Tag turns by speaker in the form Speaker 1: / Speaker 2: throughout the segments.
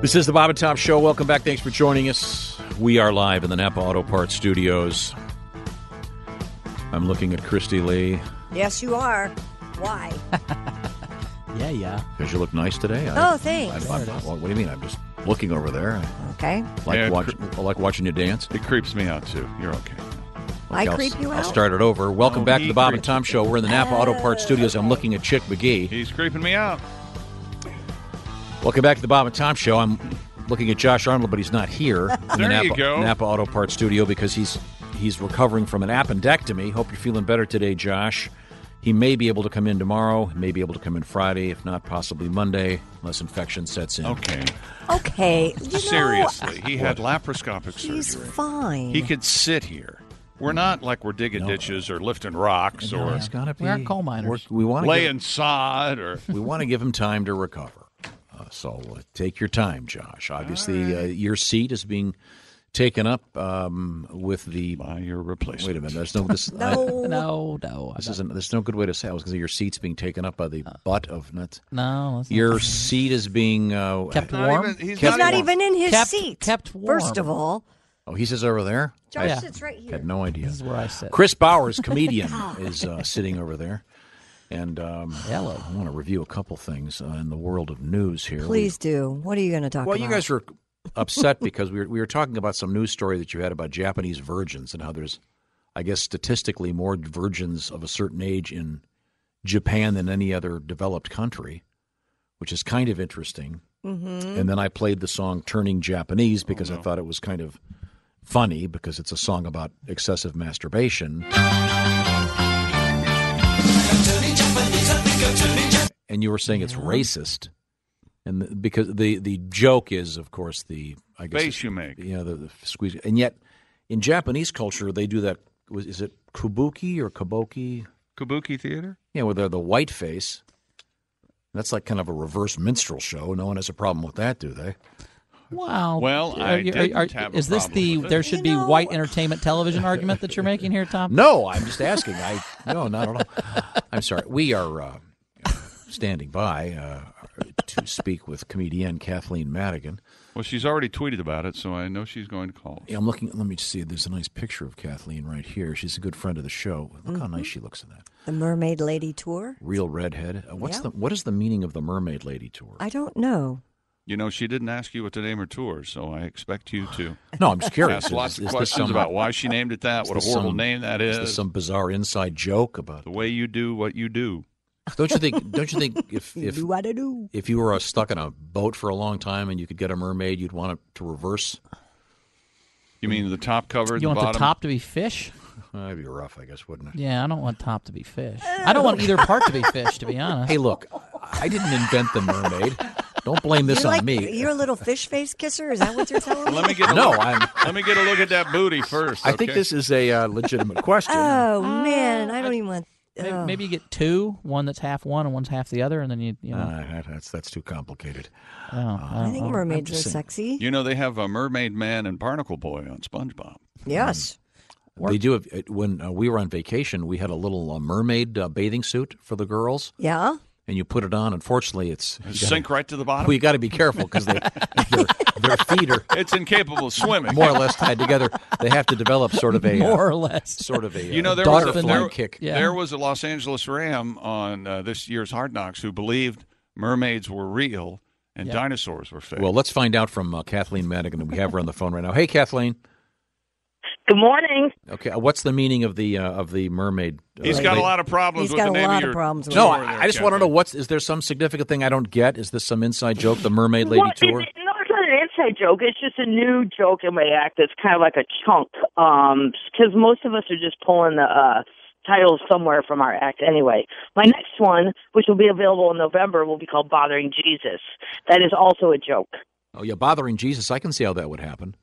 Speaker 1: This is the Bob and Tom Show. Welcome back. Thanks for joining us. We are live in the Napa Auto Parts Studios. I'm looking at Christy Lee
Speaker 2: Yes, you are. Why?
Speaker 3: Yeah, yeah.
Speaker 1: because you look nice today.
Speaker 2: Oh,
Speaker 1: I,
Speaker 2: thanks.
Speaker 1: I'm- I'm- what do you mean? I'm just looking over there. I
Speaker 2: Okay.
Speaker 1: like,
Speaker 4: Yeah,
Speaker 1: watch,
Speaker 4: cr-
Speaker 1: I like watching you dance.
Speaker 4: It creeps me out too. You're okay.
Speaker 2: I
Speaker 1: I'll-
Speaker 2: creep you
Speaker 1: I'll
Speaker 2: out.
Speaker 1: start it over. Welcome
Speaker 4: Oh,
Speaker 1: back to
Speaker 4: he
Speaker 1: the Bob and
Speaker 4: creeps
Speaker 1: Tom Show. We're in the Napa Auto
Speaker 2: Oh.
Speaker 1: Parts Studios. I'm looking at Chick McGee.
Speaker 4: He's creeping me out.
Speaker 1: Welcome back to the Bob and Tom Show. I'm looking at Josh Arnold, but he's not here in the
Speaker 4: There
Speaker 1: Napa,
Speaker 4: you go.
Speaker 1: Napa Auto Parts Studio because he's he's recovering from an appendectomy. Hope you're feeling better today, Josh. He may be able to come in tomorrow. He may be able to come in Friday, if not possibly Monday, unless infection sets in.
Speaker 4: Okay.
Speaker 2: Okay. You know, uh,
Speaker 4: Seriously, he had laparoscopic
Speaker 2: he's
Speaker 4: surgery.
Speaker 2: fine.
Speaker 4: He could sit here. We're not like we're digging ditches or lifting rocks or
Speaker 1: It's got to be.
Speaker 3: We are coal miners.
Speaker 1: we're- We want to
Speaker 4: laying sod or
Speaker 1: we want to give him time to recover. Uh, so uh, take your time, Josh. Obviously, uh, your seat is being taken up um, with the.
Speaker 4: by your
Speaker 1: Wait
Speaker 4: replacement.
Speaker 1: a minute. There's no. This, I-
Speaker 2: no.
Speaker 3: No, no.
Speaker 1: this isn't. There's no good way to say. It. I was going to say your seat's being taken up by the
Speaker 3: Uh.
Speaker 1: butt of nuts.
Speaker 3: no. that's not-
Speaker 1: Your seat is being. Uh,
Speaker 3: kept
Speaker 4: Not
Speaker 3: warm.
Speaker 4: even- he's
Speaker 2: He's not
Speaker 4: warm.
Speaker 2: even in his
Speaker 3: Kept-
Speaker 2: seat.
Speaker 3: kept warm.
Speaker 2: First of all,
Speaker 1: oh, he says over there.
Speaker 2: Josh
Speaker 3: Yeah.
Speaker 2: sits right
Speaker 1: I
Speaker 2: here.
Speaker 1: had no idea.
Speaker 3: this is where I sit.
Speaker 1: Chris Bowers, comedian, is uh, sitting over there, and um,
Speaker 3: Hello.
Speaker 1: I want to review a couple things uh, in the world of news here.
Speaker 2: Please do. What are you going to talk
Speaker 1: Well,
Speaker 2: about?
Speaker 1: you guys were upset because we were, we were talking about some news story that you had about Japanese virgins and how there's, I guess, statistically more virgins of a certain age in Japan than any other developed country, which is kind of interesting. Mm-hmm. And then I played the song Turning Japanese
Speaker 4: Oh,
Speaker 1: because I thought it was kind of funny because it's a song about excessive masturbation. and you were saying it's racist, and the, because the the joke is, of course, the I guess
Speaker 4: Face you make.
Speaker 1: you know the, the squeeze, and yet in Japanese culture they do that. Was, is it kabuki or kabuki?
Speaker 4: Kabuki theater.
Speaker 1: Yeah, where they're the white face. That's like kind of a reverse minstrel show. No one has a problem with that, do they?
Speaker 3: Wow.
Speaker 4: Well, I didn't have a
Speaker 3: is this
Speaker 4: problem
Speaker 3: the
Speaker 4: with it.
Speaker 3: there should
Speaker 2: You
Speaker 3: be
Speaker 2: know-
Speaker 3: white entertainment television argument that you're making here, Tom?
Speaker 1: No, I'm just asking. I no, not at all. I'm sorry. We are uh, standing by uh, to speak with comedian Kathleen Madigan.
Speaker 4: Well, she's already tweeted about it, so I know she's going to call.
Speaker 1: Yeah, I'm looking. Let me see. There's a nice picture of Kathleen right here. She's a good friend of the show. Look how nice she looks in that
Speaker 2: the Mermaid Lady Tour?
Speaker 1: real redhead. Uh, what's
Speaker 2: Yeah.
Speaker 1: the What is the meaning of the Mermaid Lady tour?
Speaker 2: I don't know.
Speaker 4: You know, she didn't ask you what to name her tour, so I expect you to
Speaker 1: no, I'm just curious.
Speaker 4: ask
Speaker 1: Is-
Speaker 4: lots
Speaker 1: is
Speaker 4: of
Speaker 1: this
Speaker 4: questions
Speaker 1: some-
Speaker 4: about why she named it that,
Speaker 1: is
Speaker 4: what a
Speaker 1: this
Speaker 4: horrible
Speaker 1: some-
Speaker 4: name that
Speaker 1: Is
Speaker 4: is,
Speaker 1: this some bizarre inside joke about?
Speaker 4: the way you do what you do.
Speaker 1: Don't you think? Don't you think if if
Speaker 2: do what I do.
Speaker 1: if you were uh, stuck in a boat for a long time and you could get a mermaid, you'd want it to reverse?
Speaker 4: You mean the top cover,
Speaker 3: You
Speaker 4: the
Speaker 3: want
Speaker 4: bottom?
Speaker 3: the top to be fish?
Speaker 1: Uh, That'd be rough, I guess, wouldn't it?
Speaker 3: Yeah, I don't want top to be fish. I don't want either part to be fish, to be honest.
Speaker 1: Hey, look, I didn't invent the mermaid. Don't blame this
Speaker 2: You're
Speaker 1: on
Speaker 2: like,
Speaker 1: me.
Speaker 2: You're a little fish face kisser. Is that what you're telling me?
Speaker 4: Let me get a
Speaker 1: no,
Speaker 4: look-
Speaker 1: I'm.
Speaker 4: Let me get a look at that booty first.
Speaker 1: I think
Speaker 4: okay?
Speaker 1: this is a uh, legitimate question.
Speaker 2: Oh, man. I don't even want.
Speaker 3: Maybe,
Speaker 2: oh.
Speaker 3: maybe you get two, one that's half one and one's half the other, and then you you know.
Speaker 1: Uh, that- that's that's too complicated.
Speaker 3: oh, I
Speaker 2: I
Speaker 3: don't
Speaker 2: think
Speaker 3: know.
Speaker 2: mermaids are sexy.
Speaker 4: You know, they have a mermaid man and barnacle boy on SpongeBob.
Speaker 2: yes.
Speaker 1: They do. Have, it- when uh, we were on vacation, we had a little uh, mermaid uh, bathing suit for the girls,
Speaker 2: Yeah.
Speaker 1: and you put it on. Unfortunately, it's you gotta-
Speaker 4: Sink right to the bottom.
Speaker 1: well, you got to be careful because their their feet are
Speaker 4: It's incapable of swimming.
Speaker 1: more or less tied together. They have to develop sort of a uh,
Speaker 3: More or less.
Speaker 1: sort of a
Speaker 4: You know,
Speaker 1: uh,
Speaker 4: there was a
Speaker 1: daughter flying
Speaker 4: there,
Speaker 1: kick.
Speaker 3: Yeah.
Speaker 4: there was a Los Angeles Ram on uh, this year's Hard Knocks who believed mermaids were real and dinosaurs were fake.
Speaker 1: Well, let's find out from uh, Kathleen Madigan. We have her on the phone right now. Hey, Kathleen.
Speaker 5: Good morning.
Speaker 1: Okay, uh, what's the meaning of the uh, of the mermaid? Uh,
Speaker 4: he's got a
Speaker 1: ba-
Speaker 4: lot of problems.
Speaker 2: He's
Speaker 4: with
Speaker 2: got
Speaker 4: the
Speaker 2: a
Speaker 4: name
Speaker 2: lot
Speaker 4: of
Speaker 2: of
Speaker 4: your
Speaker 2: problems with
Speaker 1: No,
Speaker 2: it.
Speaker 4: Sure,
Speaker 1: I, I just want to
Speaker 4: Kathy.
Speaker 1: know what's is there some significant thing I don't get? Is this some inside joke? The mermaid lady
Speaker 5: well,
Speaker 1: tour?
Speaker 5: It, no, it's not an inside joke. It's just a new joke in my act. That's kind of like a chunk, Um 'cause most of us are just pulling the uh, titles somewhere from our act. Anyway, my next one, which will be available in November, will be called "Bothering Jesus." That is also a joke.
Speaker 1: Oh yeah, bothering Jesus. I can see how that would happen.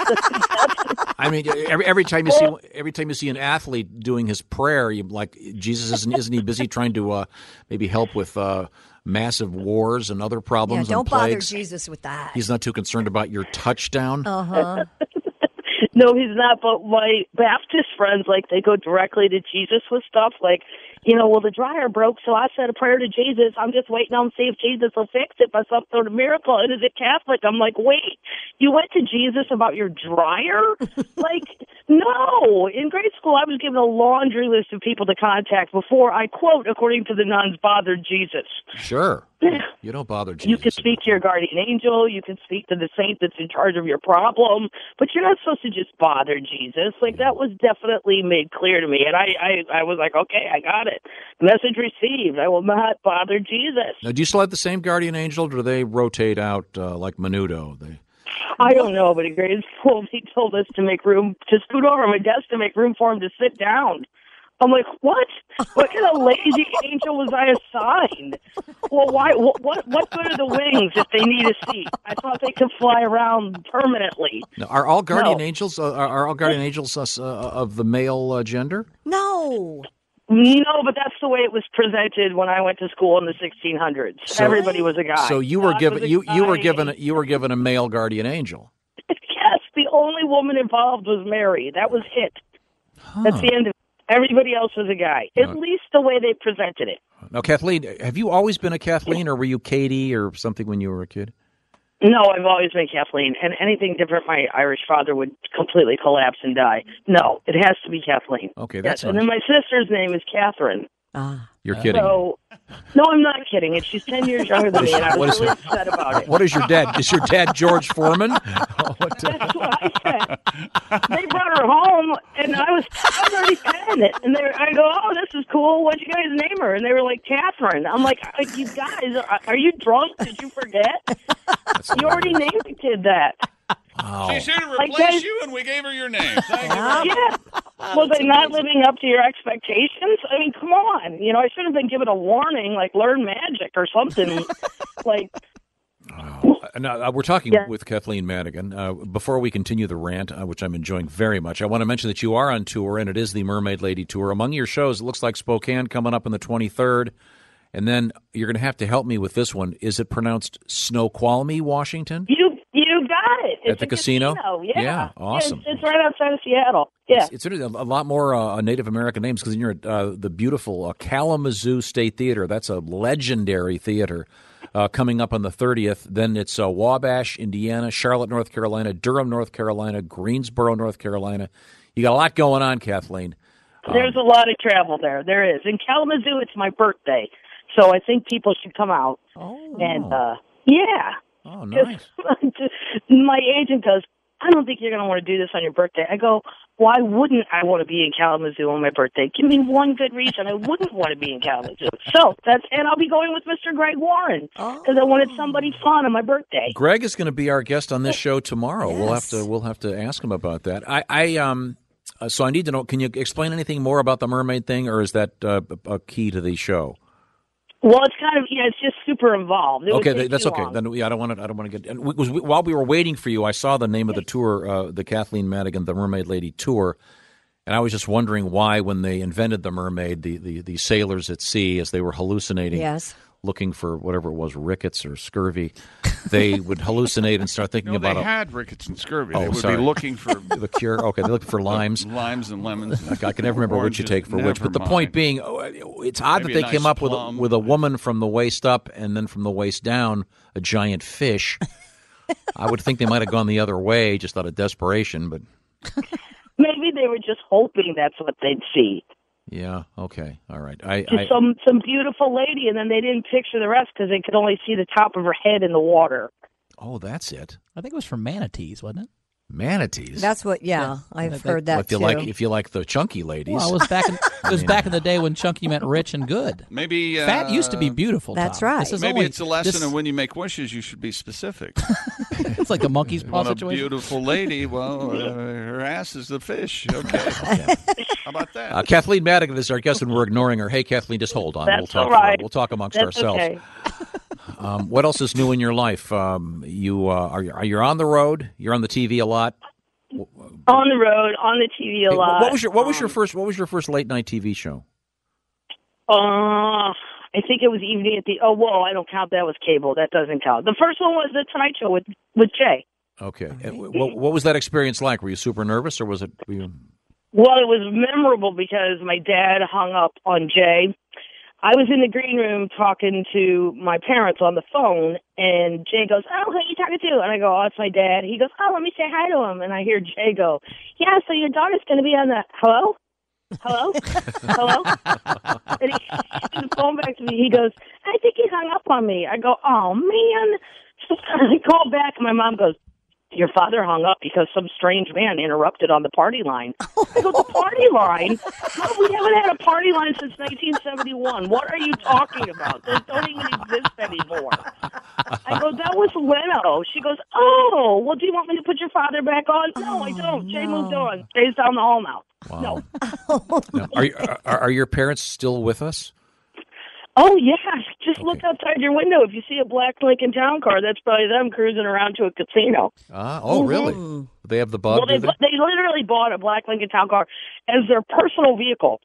Speaker 1: I mean, every, every time you see every time you see an athlete doing his prayer, you like Jesus isn't isn't he busy trying to uh, maybe help with uh, massive wars and other
Speaker 2: Yeah,
Speaker 1: problems and
Speaker 2: don't bother
Speaker 1: plagues?
Speaker 2: Jesus with that.
Speaker 1: He's not too concerned about your touchdown.
Speaker 2: Uh huh.
Speaker 5: No, he's not. But my Baptist friends, like, they go directly to Jesus with stuff. Like, you know, well, the dryer broke, so I said a prayer to Jesus. I'm just waiting on see if Jesus will fix it by some sort of miracle. And as a Catholic, I'm like, wait, you went to Jesus about your dryer? like, no. In grade school, I was given a laundry list of people to contact before I quote, according to the nuns, bothered Jesus.
Speaker 1: Sure. You don't bother Jesus.
Speaker 5: You can speak to your guardian angel. You can speak to the saint that's in charge of your problem, but you're not supposed to just bother Jesus. Like that was definitely made clear to me, and I, I, I was like, okay, I got it. Message received. I will not bother Jesus.
Speaker 1: Now, do you still have the same guardian angel, or do they rotate out uh, like Menudo? They,
Speaker 5: I don't know, but in grade school, he told us to make room to scoot over my desk to make room for him to sit down. I'm like, what? What kind of lazy angel was I assigned? Well, why? What? What, what good are the wings if they need a seat? I thought they could fly around permanently.
Speaker 1: now, are all guardian
Speaker 5: No.
Speaker 1: angels uh, are, are all guardian angels uh, of the male uh, gender?
Speaker 2: No.
Speaker 5: No, but that's the way it was presented when I went to school in the 1600s.
Speaker 1: So-
Speaker 5: Everybody was a guy.
Speaker 1: So you were
Speaker 5: God
Speaker 1: given
Speaker 5: was
Speaker 1: you you were given a,
Speaker 5: exciting.
Speaker 1: you were given a male guardian angel.
Speaker 5: yes, the only woman involved was Mary. That was it. That's the end of it. Everybody else was a guy. At least the way they presented it.
Speaker 1: Now, Kathleen, have you always been a Kathleen, or were you Katie or something when you were a kid?
Speaker 5: No, I've always been Kathleen, and anything different, my Irish father would completely collapse and die. No, it has to be Kathleen.
Speaker 1: Okay,
Speaker 5: Yes,
Speaker 1: that's
Speaker 5: and then my sister's name is Catherine.
Speaker 2: Ah.
Speaker 1: You're kidding.
Speaker 5: So, no, I'm not kidding. And she's ten years younger than me, and I
Speaker 1: What
Speaker 5: was
Speaker 1: is
Speaker 5: really
Speaker 1: it?
Speaker 5: upset about it.
Speaker 1: What is your dad? Is your dad George Foreman? What the-
Speaker 5: That's what I said. They brought her home, and I was I was already petting it. And they, were- I go, "Oh, this is cool. What'd you guys name her?" And they were like, "Catherine." I'm like, "Uh, "You guys, are, are you drunk? Did you forget? You already named the kid that."
Speaker 1: Wow.
Speaker 4: She's here to
Speaker 5: Like
Speaker 4: replace
Speaker 5: guys-
Speaker 4: you, and we gave her your name. Thank you.
Speaker 5: Yeah. Was I not living up to your expectations? I mean, come on. You know, I should have been given a warning, like learn magic or something. like,
Speaker 1: Uh, Now, uh, we're talking
Speaker 5: Yeah.
Speaker 1: with Kathleen Madigan. Uh, before we continue the rant, uh, which I'm enjoying very much, I want to mention that you are on tour, and it is the Mermaid Lady Tour. Among your shows, it looks like Spokane coming up on the 23rd. And then you're going to have to help me with this one. Is it pronounced Snoqualmie, Washington?
Speaker 5: you you got it. It's
Speaker 1: At the
Speaker 5: a
Speaker 1: casino?
Speaker 5: Yeah.
Speaker 1: Yeah, awesome.
Speaker 5: It's, it's right outside of Seattle. Yeah.
Speaker 1: It's, it's interesting, a lot more uh, Native American names because you're at uh, the beautiful uh, Kalamazoo State Theater. That's a legendary theater uh, coming up on the 30th. Then it's uh, Wabash, Indiana, Charlotte, North Carolina, Durham, North Carolina, Greensboro, North Carolina. You got a lot going on, Kathleen. Um,
Speaker 5: There's a lot of travel there. There is. In Kalamazoo, it's my birthday. So I think people should come out.
Speaker 1: Oh,
Speaker 5: And, uh, yeah.
Speaker 1: oh nice.
Speaker 5: my agent goes, I don't think you're going to want to do this on your birthday. I go, why wouldn't I want to be in Kalamazoo on my birthday? Give me one good reason I wouldn't want to be in Kalamazoo. So that's, and I'll be going with Mr. Greg Warren because
Speaker 1: Oh.
Speaker 5: I wanted somebody fun on my birthday.
Speaker 1: Greg is going to be our guest on this show tomorrow. We'll have
Speaker 2: Yes.
Speaker 1: to we'll have to ask him about that. I, I um uh, so I need to know. Can you explain anything more about the mermaid thing, or is that uh, a key to the show?
Speaker 5: Well, it's kind of, yeah, it's just super involved. It would
Speaker 1: Okay,
Speaker 5: take
Speaker 1: th- that's
Speaker 5: too
Speaker 1: okay.
Speaker 5: long.
Speaker 1: Then yeah, I don't want to. I don't want to get. And we, was, we, while we were waiting for you, I saw the name of the tour, uh, the Kathleen Madigan, the Mermaid Lady tour, and I was just wondering why, when they invented the mermaid, the the, the sailors at sea, as they were hallucinating,
Speaker 2: Yes.
Speaker 1: looking for whatever it was, rickets or scurvy, they would hallucinate and start thinking
Speaker 4: No,
Speaker 1: about
Speaker 4: they
Speaker 1: a, Oh,
Speaker 4: had rickets and scurvy. they would
Speaker 1: sorry.
Speaker 4: be looking for
Speaker 1: the cure. Okay, they're looking for limes.
Speaker 4: limes and lemons.
Speaker 1: I can never remember which you
Speaker 4: Oranges.
Speaker 1: take for which,
Speaker 4: Never
Speaker 1: but the
Speaker 4: mind.
Speaker 1: point being, oh, it's odd
Speaker 4: Maybe
Speaker 1: that
Speaker 4: a
Speaker 1: they came
Speaker 4: nice
Speaker 1: up with a,
Speaker 4: plum.
Speaker 1: with a woman from the waist up and then from the waist down, a giant fish. I would think they might have gone the other way, just out of desperation. But
Speaker 5: Maybe they were just hoping that's what they'd see.
Speaker 1: yeah, okay, all right. I,
Speaker 5: Just
Speaker 1: I
Speaker 5: some some beautiful lady, and then they didn't picture the rest because they could only see the top of her head in the water.
Speaker 1: oh, that's it.
Speaker 3: I think it was for manatees, wasn't it?
Speaker 1: Manatees.
Speaker 2: That's what. Yeah,
Speaker 3: that-
Speaker 2: I've
Speaker 3: that-
Speaker 2: heard that
Speaker 1: if you
Speaker 2: too.
Speaker 1: like, if you like the chunky ladies.
Speaker 3: Well, it was back in it was back in the day when chunky meant rich and good.
Speaker 4: Maybe uh,
Speaker 3: Fat used to be beautiful.
Speaker 2: That's
Speaker 3: Tom.
Speaker 2: right.
Speaker 3: This is
Speaker 4: Maybe
Speaker 3: only-
Speaker 4: it's a lesson,
Speaker 3: this-
Speaker 4: and when you make wishes, you should be specific.
Speaker 3: it's like a monkey's paw
Speaker 4: Want a
Speaker 3: situation.
Speaker 4: beautiful lady? Well, uh, her ass is the fish. Okay, how about that?
Speaker 1: Uh, Kathleen Madigan is our guest, and we're ignoring her. Hey, Kathleen, just hold on. we'll
Speaker 5: That's
Speaker 1: talk.
Speaker 5: all right.
Speaker 1: We'll talk amongst
Speaker 5: That's
Speaker 1: ourselves.
Speaker 5: okay.
Speaker 1: Um, what else is new in your life? Um, you uh, are you are you on the road? You're on the TV a lot.
Speaker 5: On the road, on the TV a
Speaker 1: Hey,
Speaker 5: lot.
Speaker 1: What was your What was your
Speaker 5: Um,
Speaker 1: first What was your first late night TV show?
Speaker 5: Uh, I think it was evening at the. Oh, whoa! I don't count. That was cable. That doesn't count. The first one was the Tonight Show with with Jay.
Speaker 1: Okay, Uh, wh- what, what was that experience like? Were you super nervous, or was it? Were you,
Speaker 5: Well, it was memorable because my dad hung up on Jay. I was in the green room talking to my parents on the phone, and Jay goes, "Oh, who are you talking to?" And I go, "Oh, it's my dad." He goes, "Oh, let me say hi to him." And I hear Jay go, "Yeah, so your daughter's going to be on the hello." Hello? Hello? and he, he phone back to me. He goes, I think he hung up on me. I go, Oh man. I call back and my mom goes, Your father hung up because some strange man interrupted on the party line. I go, The party line? Mom, we haven't had a party line since nineteen seventy one. What are you talking about? Those don't even exist anymore. I go, That was Leno. She goes, Oh, well do you want me to put your father back on? No, I don't. Jay moved on. Jay's down the hall now.
Speaker 1: Wow.
Speaker 5: No.
Speaker 1: Now, are, you- are are your parents still with us?
Speaker 5: Oh yeah, just look
Speaker 1: Okay.
Speaker 5: outside your window. If you see a black Lincoln Town Car, that's probably them cruising around to a casino.
Speaker 1: Ah, oh, really?
Speaker 2: Mhm.
Speaker 1: They have the bug.
Speaker 5: Mm-hmm. Well, they
Speaker 1: do they?
Speaker 5: they literally bought a black Lincoln Town Car as their personal vehicle.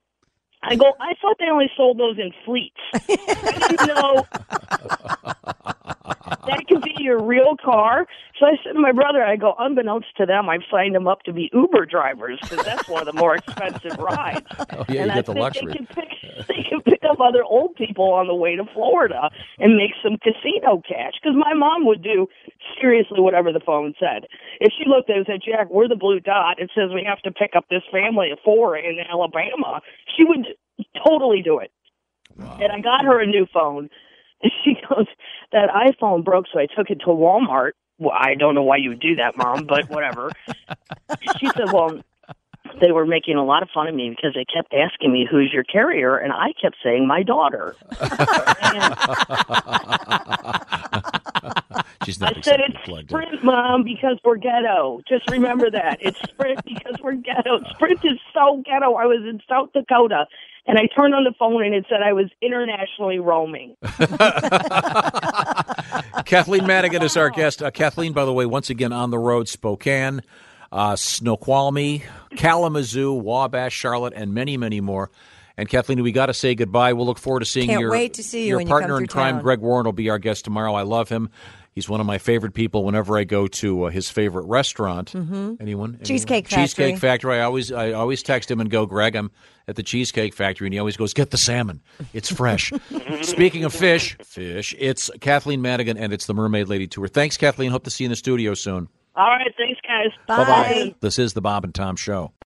Speaker 5: I go. I thought they only sold those in fleets. I didn't know that could be your real car. So I said to my brother, I go, unbeknownst to them, I've signed them up to be Uber drivers because that's one of the more expensive rides.
Speaker 1: Oh, yeah,
Speaker 5: and
Speaker 1: you
Speaker 5: I
Speaker 1: get the
Speaker 5: think
Speaker 1: luxury.
Speaker 5: They can, pick, they can pick up other old people on the way to Florida and make some casino cash. Because my mom would do seriously whatever the phone said. If she looked at it and said, Jack, we're the blue dot. It says we have to pick up this family of four in Alabama. She would totally do it. And I got her a new phone. And she goes, That iPhone broke, so I took it to Walmart. Well, I don't know why you would do that, Mom, but whatever. she said, Well, they were making a lot of fun of me because they kept asking me who's your carrier and i kept saying my daughter and
Speaker 1: She's
Speaker 5: i
Speaker 1: not
Speaker 5: said
Speaker 1: exactly
Speaker 5: it's
Speaker 1: plugged in.
Speaker 5: sprint mom because we're ghetto just remember that it's sprint because we're ghetto sprint is so ghetto i was in south dakota and i turned on the phone and it said i was internationally roaming
Speaker 1: Kathleen Madigan is our guest. Uh, Kathleen, by the way, once again on the road, Spokane, uh, Snoqualmie, Kalamazoo, Wabash, Charlotte, and many, many more. And Kathleen, we got to say goodbye. We'll look forward to seeing
Speaker 2: Can't
Speaker 1: your
Speaker 2: wait to see you
Speaker 1: your
Speaker 2: when you come
Speaker 1: partner in
Speaker 2: through
Speaker 1: crime,
Speaker 2: town.
Speaker 1: Greg Warren, will be our guest tomorrow. I love him. He's one of my favorite people. Whenever I go to uh, his favorite restaurant, anyone, anyone
Speaker 2: Mm-hmm. Cheesecake
Speaker 1: Cheesecake Factory,
Speaker 2: Factory.
Speaker 1: I always I always text him and go, Greg, I'm at the Cheesecake Factory, and he always goes, get the salmon, it's fresh. Speaking of fish, fish, it's Kathleen Madigan and it's the Mermaid Lady Tour. Thanks, Kathleen. Hope to see you in the studio soon.
Speaker 5: all right thanks guys
Speaker 2: Bye.
Speaker 1: This is the Bob and Tom Show.